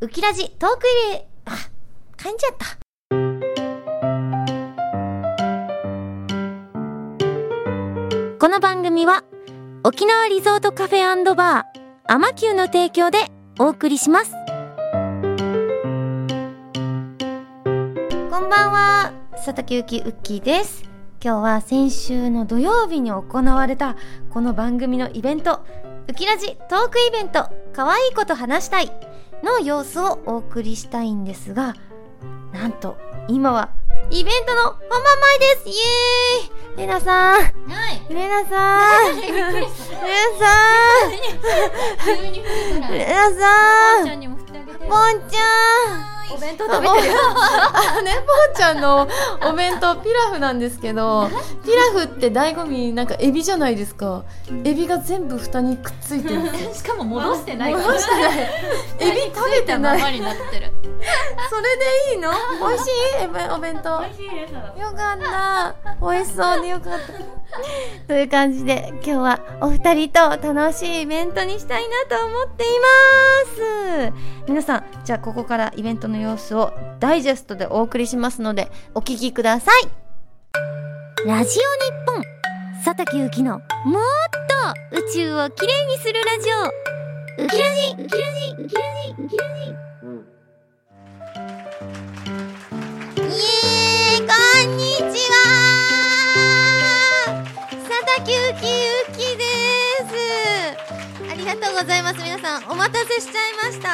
ウキラジトークイレ、あ、噛んじゃった。この番組は、沖縄リゾートカフェバー、アマキューの提供でお送りします。こんばんは、佐竹ゆきウッキーです。今日は先週の土曜日に行われたこの番組のイベント、ウキラジトークイベント、可愛いこと話したいの様子をお送りしたいんですが、なんと今はイベントの本番前ですイエーイレナさんはい。レナさんレナさ急に振るかんレら。ナさちゃんんにも振ってあげて。ボンちゃんお弁当あ食べぼんてる。あね、ぼんちゃんのお弁当ピラフなんですけどピラフって醍醐味なんかエビじゃないですかエビが全部蓋にくっついてるしかも戻してないから。戻してない エビ食べて ないままになってる。それでいいの美味しいエビお弁当しいレナ。よかった美味しそうでよかったという感じで今日はお二人と楽しいイベントにしたいなと思っています皆さんじゃあここからイベントの様子をダイジェストでお送りしますのでお聞きくださいラジオ日本佐竹ゆきのもっと宇宙をきれいにするラジオウキラジウキラジウキラジウキラジイエーイこんにちは佐竹ゆきゆきですありがとうございます皆さんお待たせしちゃいました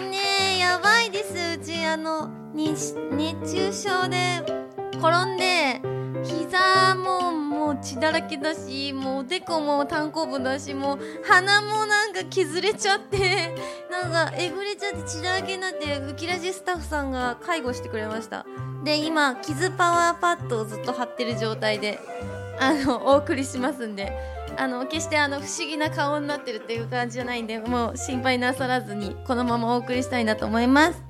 ねえやばいですうちあのに熱中症で転んで膝ももう血だらけだしもうおでこも単行部だしもう鼻もなんか削れちゃって なんかえぐれちゃって血だらけになってウキラジスタッフさんが介護してくれましたで今傷パワーパッドをずっと貼ってる状態であのお送りしますんであの決してあの不思議な顔になってるっていう感じじゃないんでもう心配なさらずにこのままお送りしたいなと思います。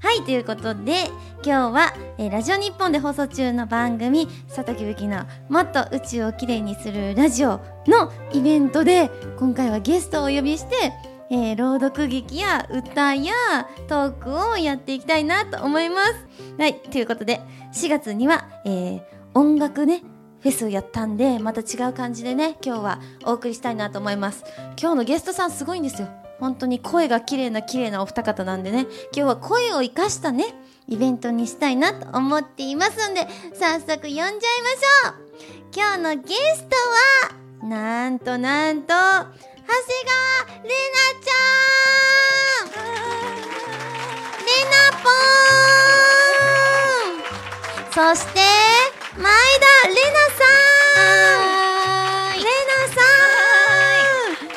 はいということで今日は、えーラジオ日本で放送中の番組「佐竹ゆきのもっと宇宙をきれいにするラジオ」のイベントで今回はゲストをお呼びして、えー朗読劇や歌やトークをやっていきたいなと思います。はいということで4月には、えー音楽ねフェスをやったんでまた違う感じでね今日はお送りしたいなと思います今日のゲストさんすごいんですよ本当に声が綺麗な綺麗なお二方なんでね今日は声を生かしたねイベントにしたいなと思っていますので早速呼んじゃいましょう今日のゲストはなんとなんと長谷川玲奈ちゃん玲奈ぽーんそして前田玲奈さん玲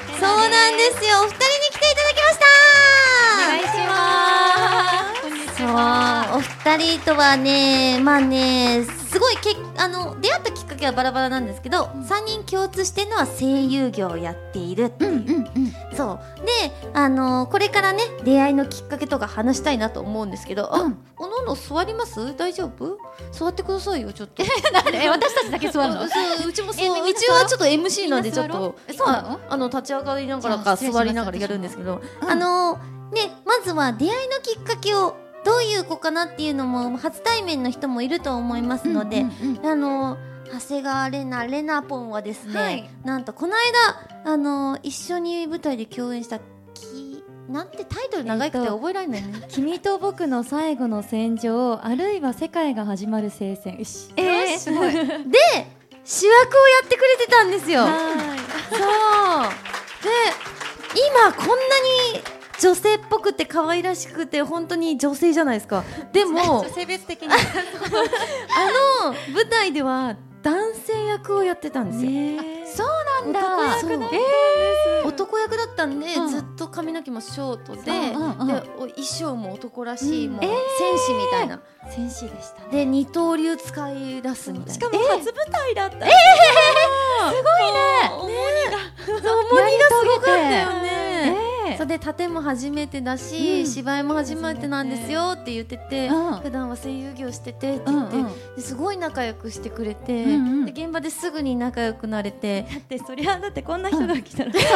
奈さんそうなんですよお二人に来ていただきましたこんにちそうは。お二人とはねまあねすごいけあの出会ったきっかけはバラバラなんですけど、三人共通してるのは声優業をやっているっていう,、そうであのこれからね出会いのきっかけとか話したいなと思うんですけど、あおのおの座ります大丈夫座ってくださいよちょっ と え、私たちだけ座るの。そううちもそうえみうんな座ろうちはちょっと MC なんでちょっみんな座ろうとえそうなのああの立ち上がりながらじゃかあ失礼します座りながらやるんですけど、私もあのねまずは出会いのきっかけをどういう子かなっていうのも初対面の人もいると思いますので、あの長谷川玲奈玲奈ポンはですね、はいなんとこの間あの一緒に舞台で共演したきなんてタイトル長いくて覚えられないね、君と僕の最後の戦場あるいは世界が始まる聖戦よしええーすご い。で主役をやってくれてたんですよ。そうで今こんなに女性っぽくて可愛らしくて本当に女性じゃないですかで も性別的に。あの舞台では男性役をやってたんですよ、そうなんだそうそう男役だったんで、うんずっと髪の毛もショートで,、うんうんでお衣装も男らしい、うんもう戦士みたいな、戦士でしたねで二刀流使い出すみたいなも初舞台だった。重荷がすごかったよね。えそれで盾も初めてだし、うん芝居も初めてなんですよって言ってて、うん普段は声優業しててってう言んって、うんですごい仲良くしてくれて、うんうんで現場ですぐに仲良くなれて、でそりゃだってこんな人が来たらそうだ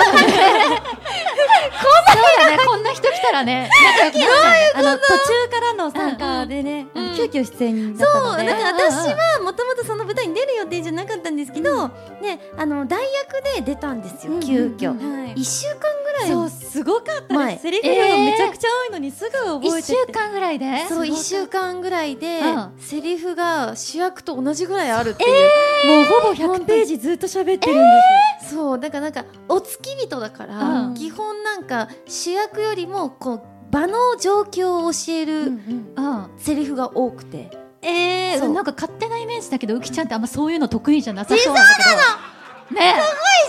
ね、 こんな人来たらね、仲良くなっちゃうねあの途中からの参加でね、あの急遽出演だったのそうで、だからんん私はもともとその舞台に出る予定じゃなかったんですけど、ねあの代役で出たんですよ、急遽はい一週間ぐらいそうすごかった前です。セリフがめちゃくちゃ多いのにすぐ覚え一て週きて。間ぐらいでそう1週間ぐらいでうんセリフが主役と同じぐらいあるっていう、もうほぼ100ページずっと喋ってるんでそうだからなんかお付き人だから、うん基本なんか主役よりもこう場の状況を教えす。るあセリフが多くて、えそうなんか勝手なイメージだけど、うきちゃんってあんまそういうの得意じゃなさそうなんだけど。ね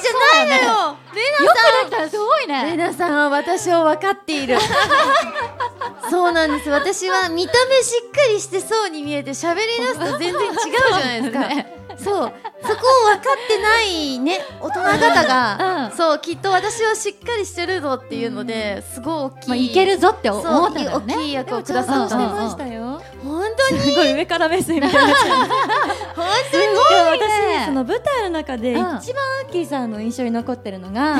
じゃないのよえ、よくできたらすごいレね。ナさんは私を分かってい るそうなんです私は見た目しっかりしてそうに見えて喋り出すと全然違うじゃないですかそうそこを分かってないね大人方が、うんそうきっと私はしっかりしてるぞっていうのですごい大きい、まあいけるぞって思そうったんだ大よね。きい役をくちだゃんとさっしてたましたよ。本すごい上から目線みたい な。本当に私私その舞台の中でうん一番アッキーさんの印象に残ってるのが、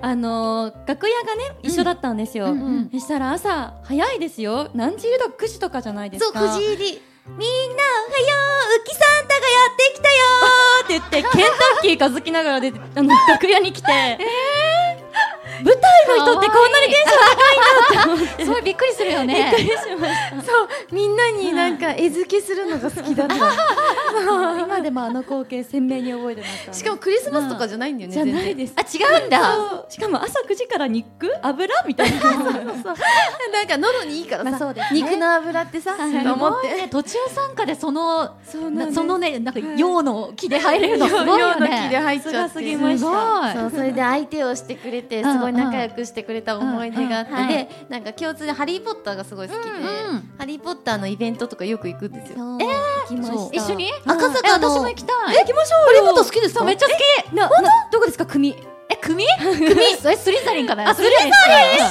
あのー楽屋がね一緒だったんですよ、んうんそしたら朝早いですよ何時入りとか9時とかじゃないですそうかくじ入りみんなおはよううきサンタがやってきたよー って言ってケンタッキーかずきながら出てあ の楽屋に来て、舞台の人ってこんなにテンション高いんだって思ってそうびっくり するよねそうみんなになんか餌付けするのが好きだった 今でもあの光景鮮明に覚えてま すしかもクリスマスとかじゃないんだよねじゃ全然ないですあ違うんだ。そうしかも朝9時から肉油 みたいななんか喉にいいからまあさ、そうですね肉の油ってさ、はいと思っねて。途中参加でそのそうなそのねなんかはい陽の木で入れるのすごいよの木でね。入っちゃっすごすぎてま。したすごい。そうそれで相手をしてくれてうんすごい仲良くしてくれた思い出があって、うんうんでなんか共通で「ハリー・ポッター」がすごい好きで、ハリー・ポッター」のイベントとかよく行くんですよ。そう行きまそうした一緒に赤え坂の私も行きたい。え行きましょうよハリー・ポッター好きですそうめっちゃ好き。きななどこですか組え組？ 組？えスリザリンかな。あスリザリン一緒だ。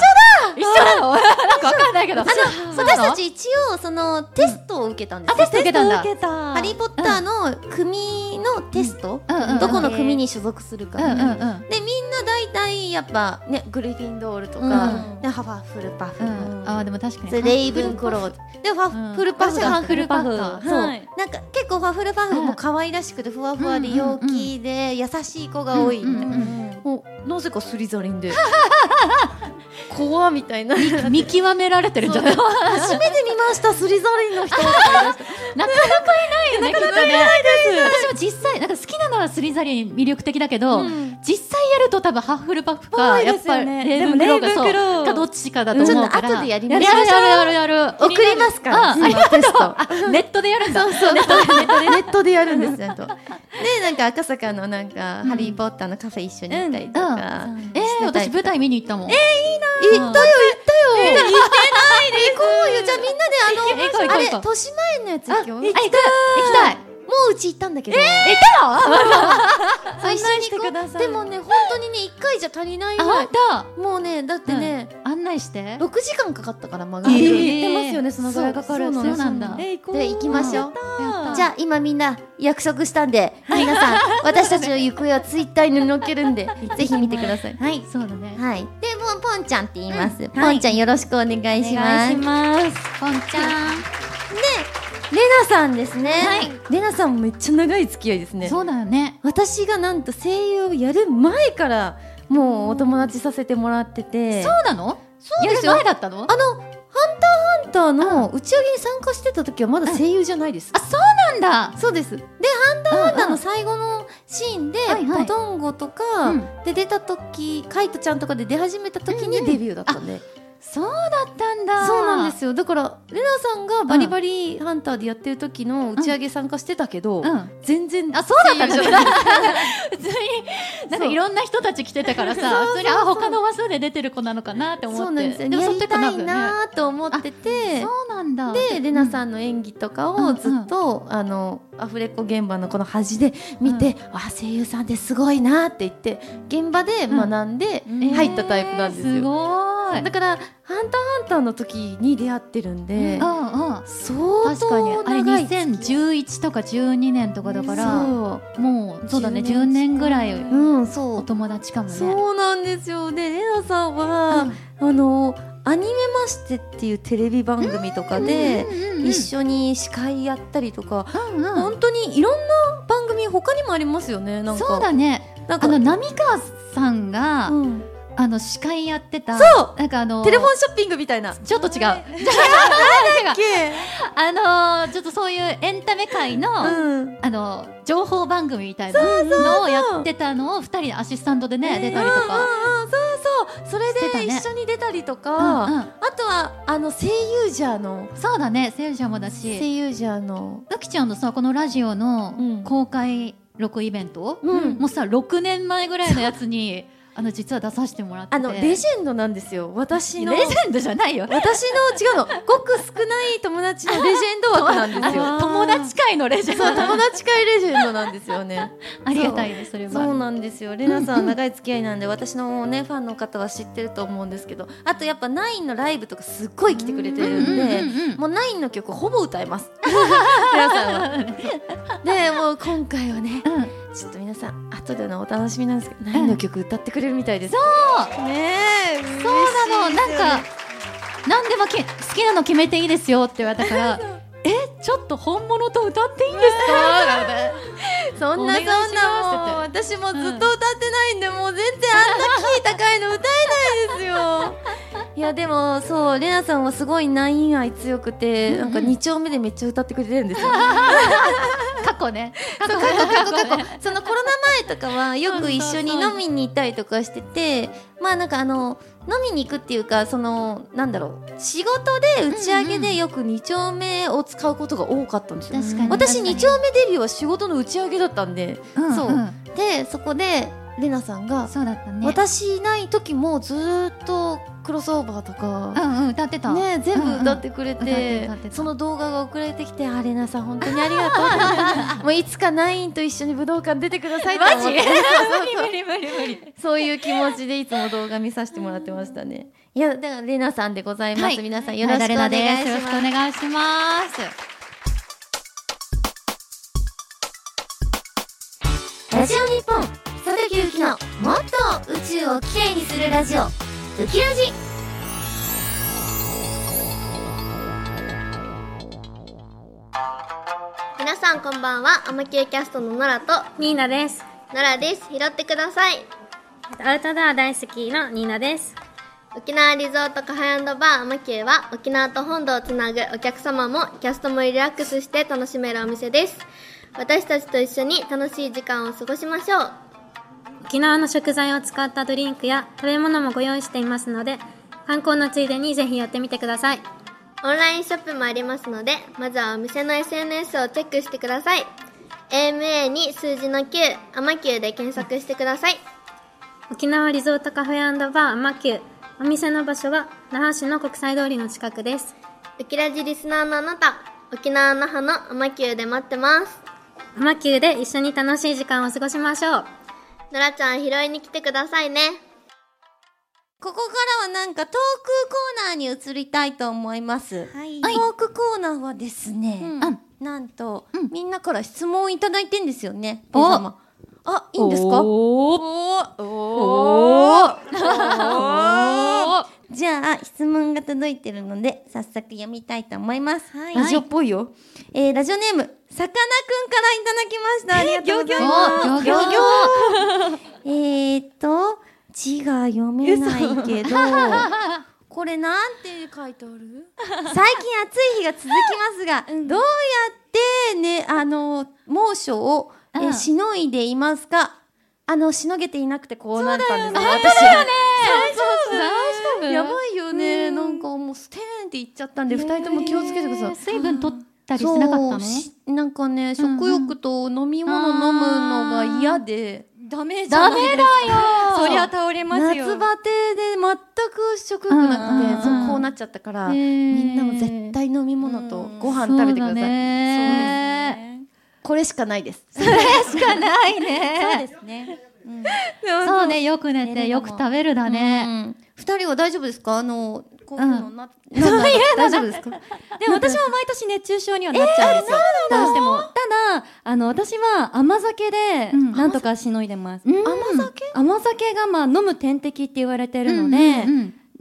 一緒だよ。なんかわかんないけど。あの私たち一応そのテストを受けたんですあテスト受けたんだ。受けたハリー・ポッターの組のテスト、うんうんうんどこの組に所属するか、うんうんうん。でみんな大体やっぱねグリフィンドールとか、うんねハファフルパフ、うん、あーでも確かにそれレイブンクローでファフ,、うんフルパフだった私ハフルパフそう、はいなんか結構ファフルパフも可愛らしくてふわふわで陽気で優しい子が多いみたいな、うんうんもうなぜかスリザリンで怖みたいなあ 見極められてるんじ ゃないなか初めて見ましたスリザリンの人なかいないよねきっとね 私も実際なんか好きなのはスリザリン魅力的だけど、実際やると多分ハッフルパフ多か、いやでっすよぱねレイブンクローがでもそうレイブンクローかどっちかだと思うからちょっと後でやりやまるしょやうるやるやるやる送りますからあありがとうあネットでやるんだそうネットでネットでやるんです よと。でなんか赤坂のなんか、ハリー・ポッターのカフェ一緒に行ったりとか、うんうんえー、私舞台見に行ったもんえ行ったよ行ったよ行こうよじゃあみんなで行こう行あのこあうれ行こう年前のやつ行くよも行きたい行きたいううち行ったんだけど、行ったの そう一緒に行こ案内してくださういでもね本当にね一回じゃ足りないあぐらい本当もうねだってね、案内して六時間かかったから間が、えー言ってますよねそのぐらいかかるってそうそうなんだえ行こうで行きましょううじゃあ今みんな約束したんで皆 さん私たちの行方はツイッターに載っけるんでぜひ見てくださいはいそうだねはいでもうポンちゃんって言います、ポンはいちゃんよろしくお願いしますレますポンちゃんナさんですねはいレナさんもめっちゃ長い付き合いですねそうだよね私がなんと声優をやる前からもうお友達させてもらっててそうなのうですよやる前だったのあのハンターの打ち上げに参加してた時はまだ声優じゃないですあそうなんだそうですパンダの最後のシーンではいはいポトンゴとかで出た時カイトちゃんとかで出始めた時にデビューだったんでそうだったんだそうなんですよだからレナさんがバリバリハンターでやってる時の打ち上げ参加してたけど、うん全然あ、そうだったん声優じゃだ。ない普通に、なんかそういろんな人たち来てたからさ、普通に、あ、他の話で出てる子なのかなって思って。そうなんですよもやそりの時はたないんかねなーと思っててそうなんだ。でレナさんの演技とかをずっと、あのアフレコ現場のこの端で見て、あ声優さんってすごいなって言って現場で学んでえー入ったタイプなんですよ。すごはいだから「ハンターハンター」の時に出会ってるんで、うんうん相確かに当あれ長い2011とか12年とかだからそもうそうだね10 10年ぐらいううんそおう友達かもねそうなんですよでレナさんは、あの「アニメまして」っていうテレビ番組とかで一緒に司会やったりとか、うんうん本当にいろんな番組他にもありますよねなんかそうだねなんあかの浪川さんがうんあの司会やってたそうなんかあのテレフォンショッピングみたいなちょっと違う違う あのーちょっとそういうエンタメ界のうんあの情報番組みたいなのをやってたのを二人でアシスタントでね出たりとうんかうんうんそうそうそれしてたでね一緒に出たりとうか、んうんあとはあの声優ジャーのそうだねセルシャもだし声優ジャーのなきちゃんのさこのラジオうのん公開録イベント、うんもうさ6年前ぐらいのやつにあの実は出させてもらっててあのレジェンドなんですよ私のレジェンドじゃないよ私の違うのごく少ない友達のレジェンド枠なんですよあ 友達会のレジェンドそう友達会レジェンドなんですよねありがたいですそれはそうなんですよレナさん長い付き合いなんで私のねファンの方は知ってると思うんですけどあとやっぱナインのライブとかすっごい来てくれてるんで、うんうんうんもうナインの曲ほぼ歌え ます皆さんはでもう今回はねうんちょっと皆さん後でのお楽しみなんですけど、ナインの曲歌ってくれるみたいです。そうねえ、そうなの、なんか、何でもき好きなの決めていいですよって言われた から、え、ちょっと本物と歌っていいんですかなんてそんなそんお願いしますなもうっ私もずっと歌ってないんで、もう全然あんなキー高いの歌えないです よ。いやでもそうレナさんはすごいナイン愛強くて、うんうんなんか二丁目でめっちゃ歌ってくれてるんですよ。過去ね。過去過去過去過去 そのコロナ前とかはよく一緒に飲みに行ったりとかしててまあなんかあの飲みに行くっていうかそのなんだろう仕事で打ち上げでよく2丁目を使うことが多かったんですよ、確かに。私確かに2丁目デビューは仕事の打ち上げだったんでうんそうんでそこでレナさんが、そうだったね。私いない時もずーっとクロスオーバーとかう、んうん、歌ってた。ね、全部歌ってくれうんうん歌っててた歌ってたその動画が送られてきてあれなさん本当にありが とうもういつかナインと一緒に武道館出てくださいと思って無理無理無理無理。 そういう気持ちでいつも動画見させてもらってましたねいやだからレナさんでございます、はい皆さんよろしくお願いはしだれだですよろしまくす、お願いします。ラジオ日本佐竹ゆきのもっと宇宙をきれいにするラジオウキラジ皆さんこんばんはアマキューキャストのノラとニーナです。ノラです拾ってくださいアウトドア大好きのニーナです。沖縄リゾートカフェバーアマキューは沖縄と本土をつなぐお客様もキャストもリラックスして楽しめるお店です私たちと一緒に楽しい時間を過ごしましょう沖縄の食材を使ったドリンクや食べ物もご用意していますので、観光のついでにぜひやってみてください。オンラインショップもありますのでまずはお店の SNS をチェックしてください AMA に数字の9アマキューで検索してください沖縄リゾートカフェバーアマキュー。お店の場所は那覇市の国際通りの近くです。ウキラジリスナーのあなた沖縄那覇のアマキューで待ってますアマキューで一緒に楽しい時間を過ごしましょう。ノラちゃん拾いに来てくださいねここからはなんかトークコーナーに移りたいと思います、はいトークコーナーはですね、うんなんと、うんみんなから質問をいただいてんですよね。おペイ様あ、いいんですかおおおーーじゃあ質問が届いてるので早速読みたいと思います、はいラジオっぽいよ。えーラジオネームさかなクンからいただきましたありがとうございおますギョギョギョえーっと字が読めないけどこれなんて書いてあ る最近暑い日が続きますが、どうやってねあの猛暑を、えうんしのいでいますかあのしのげていなくてこうなったんですね私大丈夫やばいよね。なんかもうステーンって言っちゃったんで、二人とも気をつけてください。水分取ったりしてなかったのそうしなんかね、うんうん食欲と飲み物飲むのが嫌で。ダメダメだよそりゃ倒れますよ夏バテで全く食欲なうんうんくうんて、そうこうなっちゃったから、みんみなも絶対飲み物とご飯食べてください。ねこれしかないです。 そうですね。しかないね。すね。そうね、よく寝てよく食べるだね。うん二人は大丈夫ですかあの、こういうのな、そういう大丈夫ですかでも私は毎年熱中症にはなっちゃうんですよ。どうしても。ただ、あの、私は甘酒で、うんなんとかしのいでます。甘酒甘酒が、まあ、飲む点滴って言われてるので、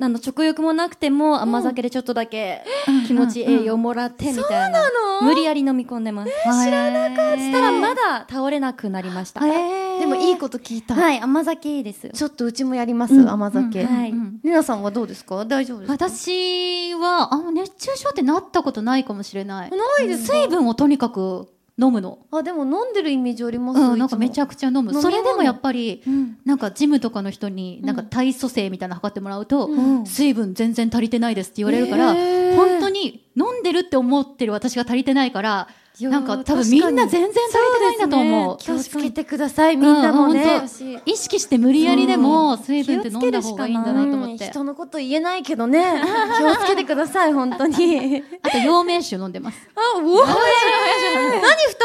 あの食欲もなくても甘酒でちょっとだけ気持ちいい栄養もらってみたいな、無理やり飲み込んでます、知らなかっしたらまだ倒れなくなりました、でもいいこと聞いた。はい甘酒いいですちょっとうちもやります、甘酒。はいりなさんはどうですか大丈夫ですか私は、あ、熱中症ってなったことないかもしれない。ないですか水分をとにかく飲むの。あ、でも飲んでるイメージありますうん、なんかめちゃ。ゃくちゃ飲む。物それでもやっぱり、なんかジムとかの人に、なんか体組成みたいなの測ってもらうと、うん水分全然足りてないですって言われるから、へー本当に飲んでるって思ってる私が足りてないから、やなんか多分みんな全然足りてないんだと思う。気をつけてください、みんなもうんね本。意識して無理やりでも水分って飲んだ方がいいんだなとう思んって。人のこと言えないけどね。気をつけてください、本当に。 あと、陽明酒飲んで ます。あ、うわ何二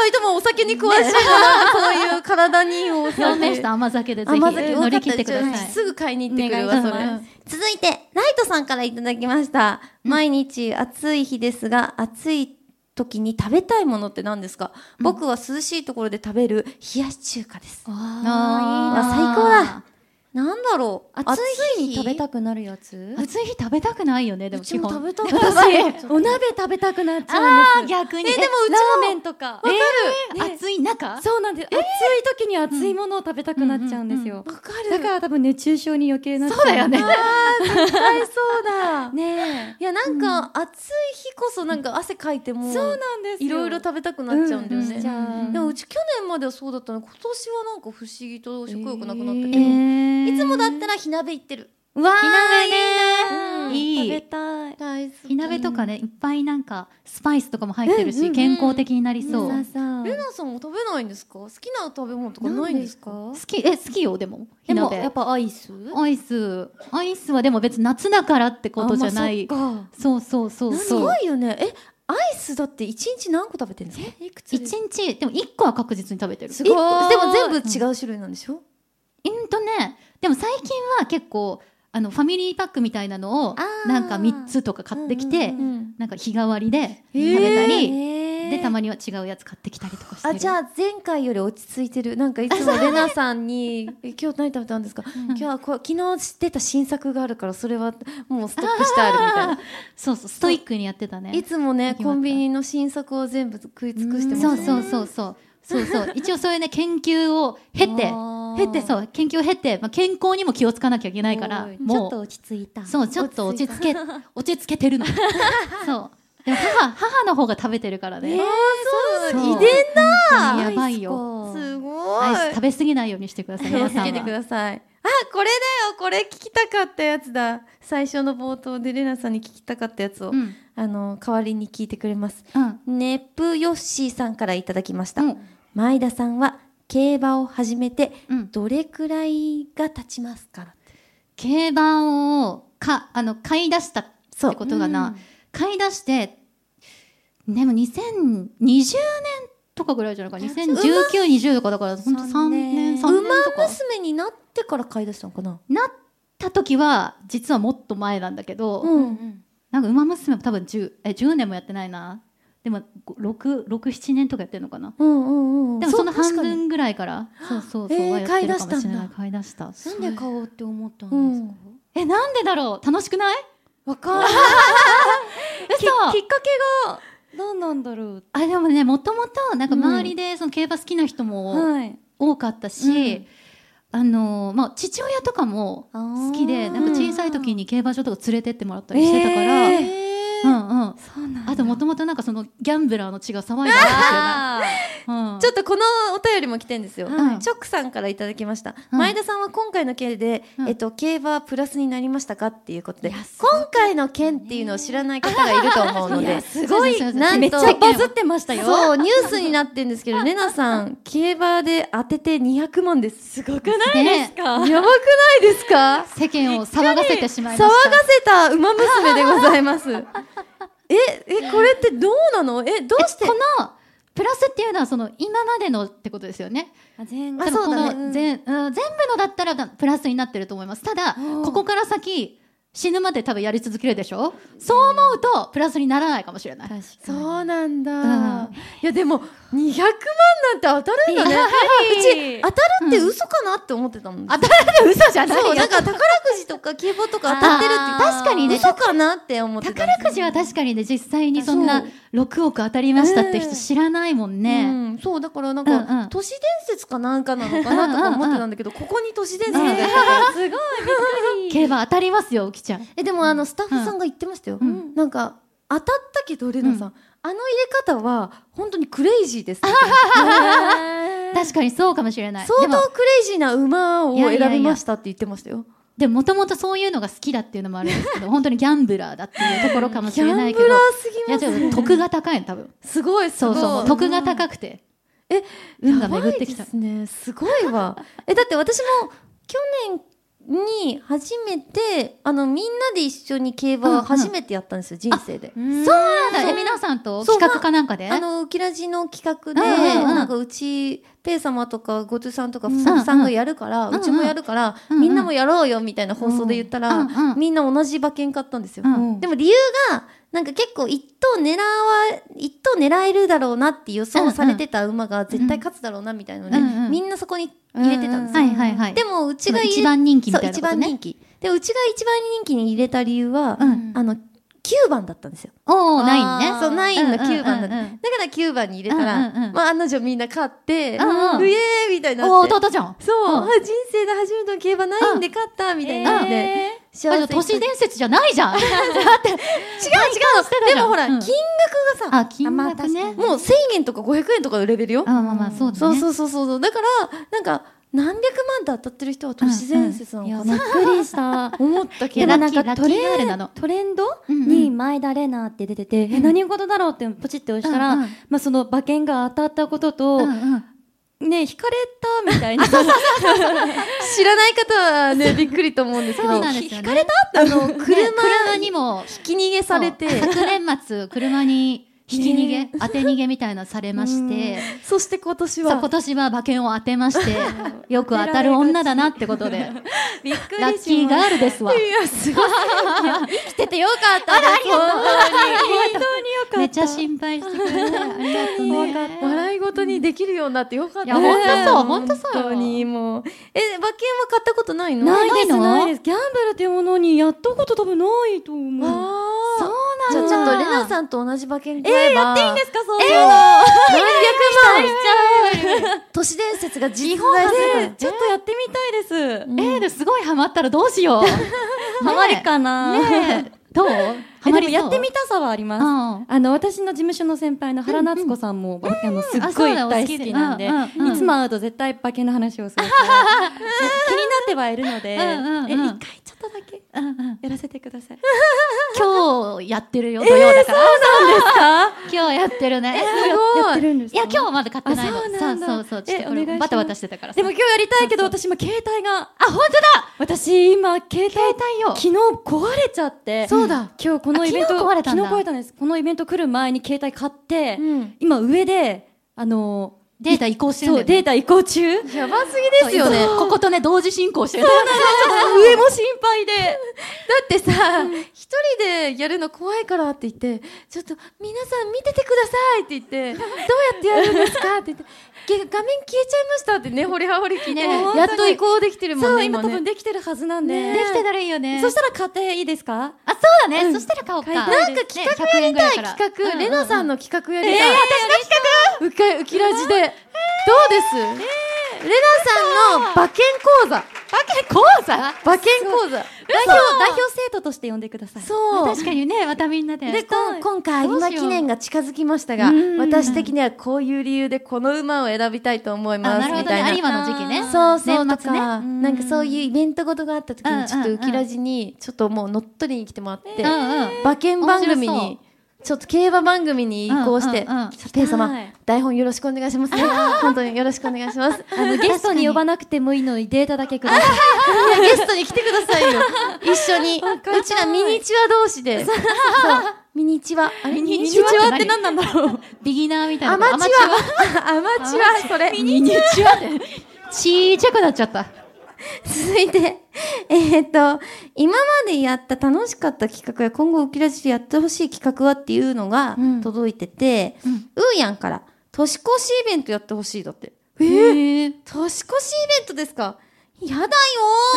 人ともお酒に詳しいな。そういう体にいい お陽明酒酒。と甘酒でぜひ甘酒乗り切ってくだ多かったさですい。すぐ買いに行ってくるわ、お願いそしれ。ます続いて、ライトさんからいただきました。毎日暑い日ですが、暑い時に食べたいものって何ですか、僕は涼しいところで食べる冷やし中華です。あいいなー最高だ。なんだろう暑い日に食べたくなるやつ暑い日食べたくないよね、でも基本。べた 私お鍋食べたくなっちゃうんです逆に。えでもうちもラーメンとかえー暑い中そうなんです、暑い時に熱いものを食べたくなっちゃうんですよ、わかる。だから多分熱中症に余計なっちゃうそうだよね。大そうだ。ねいえや、なんか、暑い日こそなんか汗かいても、そうなんですいよろいろ食べたくなっちゃうんだようね。しちゃうでもうち去年まではそうだったのに今年はなんか不思議と食欲なくなったけど、いつもだったら火鍋行ってる。わーうんい食いべたい。大好き。火鍋とかね、いっぱいなんか、スパイスとかも入ってるし、健康的になりそう。好そうルナさんも食べないんですか好きな食べ物とかないんですかき、え、好きよ、でも。火でも鍋やっ。ぱアイスアイス。アイスはでも別に夏だからってことじゃない。あまあそっかそうそうそうすそうご。いよね。え、アイスだって一日何個食べてるんですかいく一日、でも一個は確実に食べてる。すごい。でも全部違う種類なんでしょうんとね、でも最近は結構、あの、ファミリーパックみたいなのを、なんか3つとか買ってきて、ん。なんか日替わりで食べたり、でで、たまには違うやつ買ってきたりとかしてる。あじゃあ前回より落ち着いてるなんかいつもレナさんに「え今日何食べたんですか今日はこう昨日知ってた新作があるからそれはもうストップしてある」みたい なそうそう、ストイックにやってたね。いつもね決まったコンビニの新作を全部食い尽くしてますそうそうそうそう。そうそう。一応そういうね、研究を経て、経て、そう、研究を経て、まあ、健康にも気をつかなきゃいけないから、ちょもっとう、落ち着いたそう、ちょっと落ち着け、 落ち着けてるの。そう。でも母、母の方が食べてるからね。そうそう遺伝本当にやばいよ。すごアイスい食べ過ぎないようにしてください、気を皆つさけんてくは。ださいあこれだよこれ聞きたかったやつだ最初の冒頭でレナさんに聞きたかったやつを、うん。あの代わりに聞いてくれますうん。ネプヨッシーさんからいただきました、うん前田さんは競馬を始めてうんどれくらいが経ちますか、競馬をかあの買い出したってことがな、買い出してでも2020年とかぐらいじゃないか201920とかだから本当3年3馬年とか娘になってから買い出したのかななった時は実はもっと前なんだけど、うんなんか馬娘も多分 10, え10年もやってないなでも667年とかやってるのかなうんうんうんでもそのう半確かに分ぐらいからそうそうそう、えーはやってるかもしれ買い出したないん買い出したなんで買おうって思ったんうですかんえなんでだろう楽しくないわかんない嘘きっか何なんだろうあでもねもともとなんか周りでその競馬好きな人もはい多かったし、あのーまあ、父親とかも好きでなんか小さい時に競馬場とか連れてってもらったりしてたから、うんうん、そうなんあともともとなんかそのギャンブラーの血が騒いでたんですよね。けうんちょっとこのお便りも来てんですよ、はいチョックさんからいただきました、うん前田さんは今回の件で、うんえっと、競馬プラスになりましたかっていうことでいや今すご回の件っていうのを知らない方がいると思うのいでやすごいそうそうそうなんとめっちゃバズってましたよそうニュースになってんですけ どレナさん競馬で当てて200万ですすごくないないですかやばくないですか世間を騒がせてしまいまし騒たがせた馬娘でござい ますええこれってどうなのえどうしてえこのプラスっていうのはその今までのってことですよね全あ多分そうだねこうのん全うん全部のだったらプラスになってると思いますただここから先死ぬまで多分やり続けるでしょそう思うとプラスにならないかもしれない。そうなんだ、うんいやでも200万なんて当たるんだねうち当たるって嘘かなって思ってたもん、当たらない嘘じゃないよそうなんか宝くじとか希望とか当たってるってあー確かにね嘘かなって思ってた宝くじは確かにね実際にそんなそう6億当たりましたって人知らないもんね。うん、そうだからなんうんうかん都市伝説かなんかなのかなとか思ってたんだけどここに都市伝説が出てたすごい競馬当たりますようきちゃん。えでもあのスタッフさんが言ってましたよ、うんなんか当たったけどレナさん、うあの入れ方は本当にクレイジー ですって確かにそうかもしれない。相でも当クレイジーな馬を選びましたって言ってましたよでもともとそういうのが好きだっていうのもあるんですけど本当にギャンブラーだっていうところかもしれないけどギャンブラいーすやぎますでも得が高いの多分すごいすそごういそう得が高くてえ運が巡ってきやばいたですねすごいわえだって私も去年に初めてあのみんなで一緒に競馬を初めてやったんですよ、人生で。そうなんだえ皆さんとそう企画かなんかであのウキラジの企画で、うんうんうんなんかうちペイ様とかゴトゥさんとかんスタッフさんがやるから、うんちもやるから、んうんみんなもやろうよみたいな放送で言ったら、うんうんうんみんな同じ馬券買ったんですよ、うんでも理由がなんか結構一等狙わ一等狙えるだろうなって予想されてた馬が絶対勝つだろうなみたいなので、うんうんみんなそこに入れてたんですよ、はいはいはいでもうちがその入れ一番人気みたいなことそねう一番人気でうちが一番人気に入れた理由は、うんあの9番だったんですよおおあーナインねそう、ナインのうんうんうんうん9番だった。だから9番に入れたうんうんうらん、まあ、案の定みんな勝って、うえうんうんーみたいになおおって。弟じゃんそう、うあん人生で初めての競馬ナインで勝った、みたいになって。あ幸じゃせあに都市伝説じゃない じゃん違う違うでもほら、う金ん額がさ、あ金額ねもう1000円とか500円とかのレベルよ。あまあまあそうだねそうそうそうそう。だから、なんか、何百万で当たってる人は都市伝説なのかな。びっくりした。思ったいけやどラ。なッんキーかラッキとりあえーガずールなのトレンドうんうんに前田玲奈って出てて、え何事だろうってポチって押したら、うんうんまあ、その馬券が当たったことうと、んうんね引かれたみたいな 知らない方はね、びっくりと思うんですけそうど、なんひですよ引ねかれたあの、ね車車ににも引き逃げされて。昨年末車にひき逃げ、当て逃げみたいなのされましてそして今年そうは今年は馬券を当てましてよく当たる女だなってことでびっくラッキーガールですわいやすごい生きててよかったですめっちゃ心配してくれてありがとう本ね当に笑い事にできるようになってよかったいや本当そう本当そう本当にもうえ馬券は買ったことないのないなでいすのないですギャンブルっていうものにやったこと多分ないと思うあーそじゃうなあんちょっだとレナさんと同じ馬券買えばえやっていいんですかそう都市伝説が実在するちょっとやってみたいです、えー、ですごいハマったらどうしよう ハマるかな、ねえどうハえマでりもそうやってみたさはあります、うんあの私の事務所の先輩の原夏子さんも、あのすっあそごういだお好大きで好きなんで、うんうんうんいつも会うと絶対馬券の話をするから気になってはいるので、うんうんうんえ一回ちょっとだけうんうんやらせてください。今日やってるよ土曜だから、今日やってるねやってるんですいやか今日はまだ買ってないのあそうなんだそうそうそうちょっえとお願いしますバタバタしてたからさでも今日やりたいけど私今携帯があ本当だ私今携帯携帯よ昨日壊れちゃってそうだ今日このイベントあ昨日壊れたんだ昨日壊れたんですこのイベント来る前に携帯買って、うん今上であのデータ移行してるんだそよ、うね、データ移行中上もやばすぎですよねこことね同時進行してる心配でだってさ、一人でやるの怖いからって言って、ちょっと皆さん見ててくださいって言って、どうやってやるんですかって言って、げ 画面消えちゃいましたってね、掘り葉掘り聞いて、ねやっと移行できてるもそんうね、今今多ね分。できてるはずなんで、できてたらいいよねそしたら買っていいですかあそうだね、そしたら買おうか買いなんか企画やりたい企画、レナさんの企画やりえたい。私の企画うか、うきらじで。どうです、レナさんの馬券講座。講座馬券講座。代表代表生徒として呼んでくださいそう。確かにねまたみんなでで、こん今回有馬記念が近づきましたが、私的にはこういう理由でこの馬を選びたいと思いあまなするみほどたいな。ね有馬の時期ねそうそうと年末ねか、なんかそういうイベントごとがあった時うんうんにちょっとウキラジにちょっともう乗っ取りに来てもらって、うんうん馬券番組面白にちょっと競馬番組に移行して、うんうんうんペイ様はい台本よろしくお願いしますね本当によろしくお願いしますあのゲストに呼ばなくてもいいのにデータだけくださいいやゲストに来てくださいよ。一緒に。うちらミニチュア同士で。そう。ミニチュア。あれミニチュアって何なんだろう。ビギナーみたいなアマ チュア。アマチュア、それ。ミニちっちゃくなっちゃった続いて、えーっと、今までやった楽しかった企画や今後ウキラジでやってほしい企画はっていうのがうん届いてて、ううんーやんから、年越しイベントやってほしいだって。えー、年越しイベントですか やだよー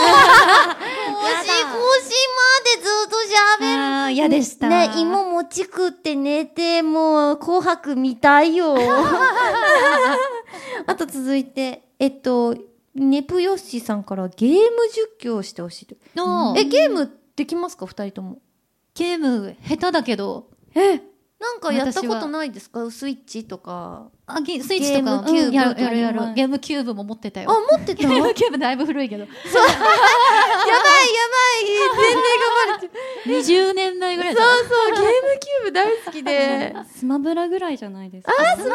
年越しまでずっと喋る。あー嫌でした。ね、芋餅食って寝て、もう、紅白見たいよ。 あと続いて、えっと、ネプヨッシーさんからゲーム実況をしてほしいと。のえ、ゲームできますか二人とも。ゲーム下手だけど、なんかやったこ私とはないですかスイッチとか。あゲスイッチとかゲームキューブうんやるやるやはいる。ゲームキューブも持ってたあ、よ。持ってたゲー やばいやばいムキューブだいぶ古いけど。全然頑張れて20年代ぐらいだ。そうそう、ゲームキューブ大好き で。スマブラぐらいじゃないですか。あ、スマブ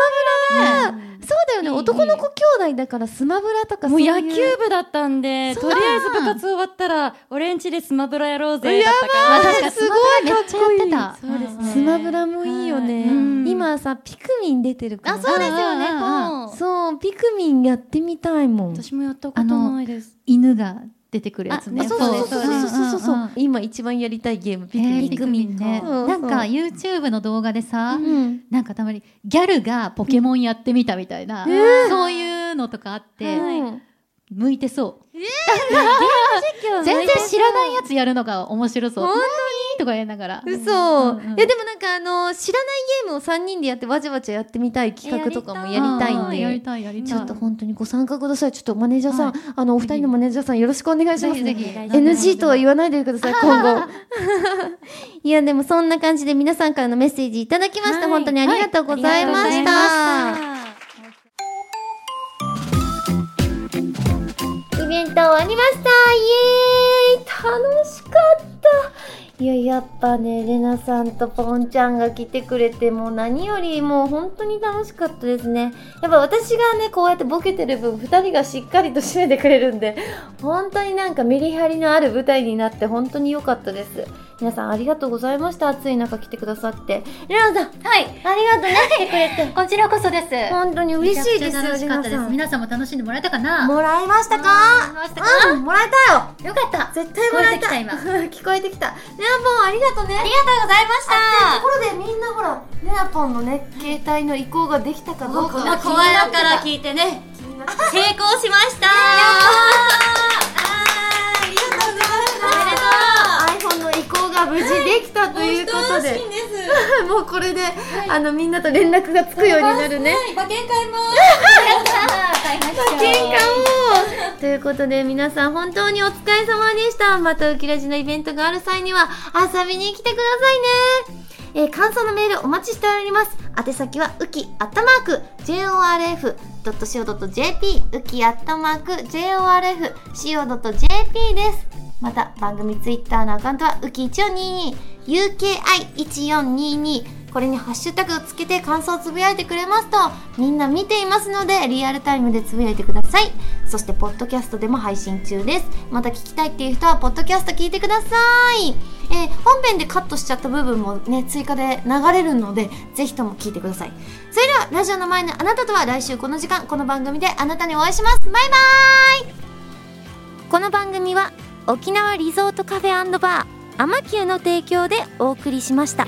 ラね。そうだよね。いいいい男の子兄弟だからスマブラとかそうもういう。野球部だったんで、とりあえず部活終わったら、俺んちでスマブラやろうぜ、だったから。あ確かにスマブラめっちゃやってた。すごいかっこいいそうですねスマブラもいいよね、うん今さピクミン出てるからあ、そうですよねあああああ、こうそうピクミンやってみたいもん私もやったことないです。犬が出てくるやつね。あそうそうそうそうそうそうそううん今一番やりたいゲームピクミン、えーピクミンね。そうそうなんか YouTube の動画でさ、うんなんかたまにギャルがポケモンやってみたみたいな、そういうのとかあって、うん向いてそう。今日全然知らないやつやるのが面白そう。本当にとか言いながら。嘘、うんうんいやでもなんかあの知らないゲームを3人でやってわちゃわちゃやってみたい企画とかもやりたいんあーでやりたいやりたい。ちょっと本当にご参加くださいちょっとマネージャーさん、はあのお二人のマネージャーさんよろしくお願いしぜます、ひねぜ、ひ。 NG とは言わないでください今 後いやでもそんな感じで皆さんからのメッセージいただきました、はい本当にありがとうございました、イベント終わりましたイエーイ楽しかったいや、やっぱね、レナさんとポンちゃんが来てくれて、もう何よりもう本当に楽しかったですね。やっぱ私がね、こうやってボケてる分、二人がしっかりと締めてくれるんで、本当になんかメリハリのある舞台になって本当に良かったです。皆さんありがとうございました。暑い中来てくださって。レナさん、ありはい。がとうね、来てくれて。こちらこそです。本当に嬉しいですよ、楽しレかっナたですさ。ん。皆さんも楽しんでもらえたかなもらいましたもからえましたかうん、もらえたよよかった。絶対もらえた聞こえてき 聞こえてきたレナポンありがとうねありがとうございましたところでみんなほらレナポンのね携帯の移行ができたかどうかが気になってた聞いてね、成功しましたありがとうございます iPhone の移行が無事できたということでもうこれであのみんなと連絡がつくようになるね馬券買います喧嘩をということで皆さん本当にお疲れ様でしたまたウキラジのイベントがある際には遊びに来てくださいねえー感想のメールお待ちしております宛先はウキアットマーク JORF.CO.JP ウキアットマーク JORF.CO.JP ですまた番組ツイッターのアカウントはウキ1422 UKI1422 これにハッシュタグをつけて感想をつぶやいてくれますとみんな見ていますのでリアルタイムでつぶやいてくださいそしてポッドキャストでも配信中ですまた聞きたいっていう人はポッドキャスト聞いてください、えー本編でカットしちゃった部分もね追加で流れるのでぜひとも聞いてくださいそれではラジオの前のあなたとは来週この時間この番組であなたにお会いしますバイバイこの番組は沖縄リゾートカフェバーアマキューの提供でお送りしました。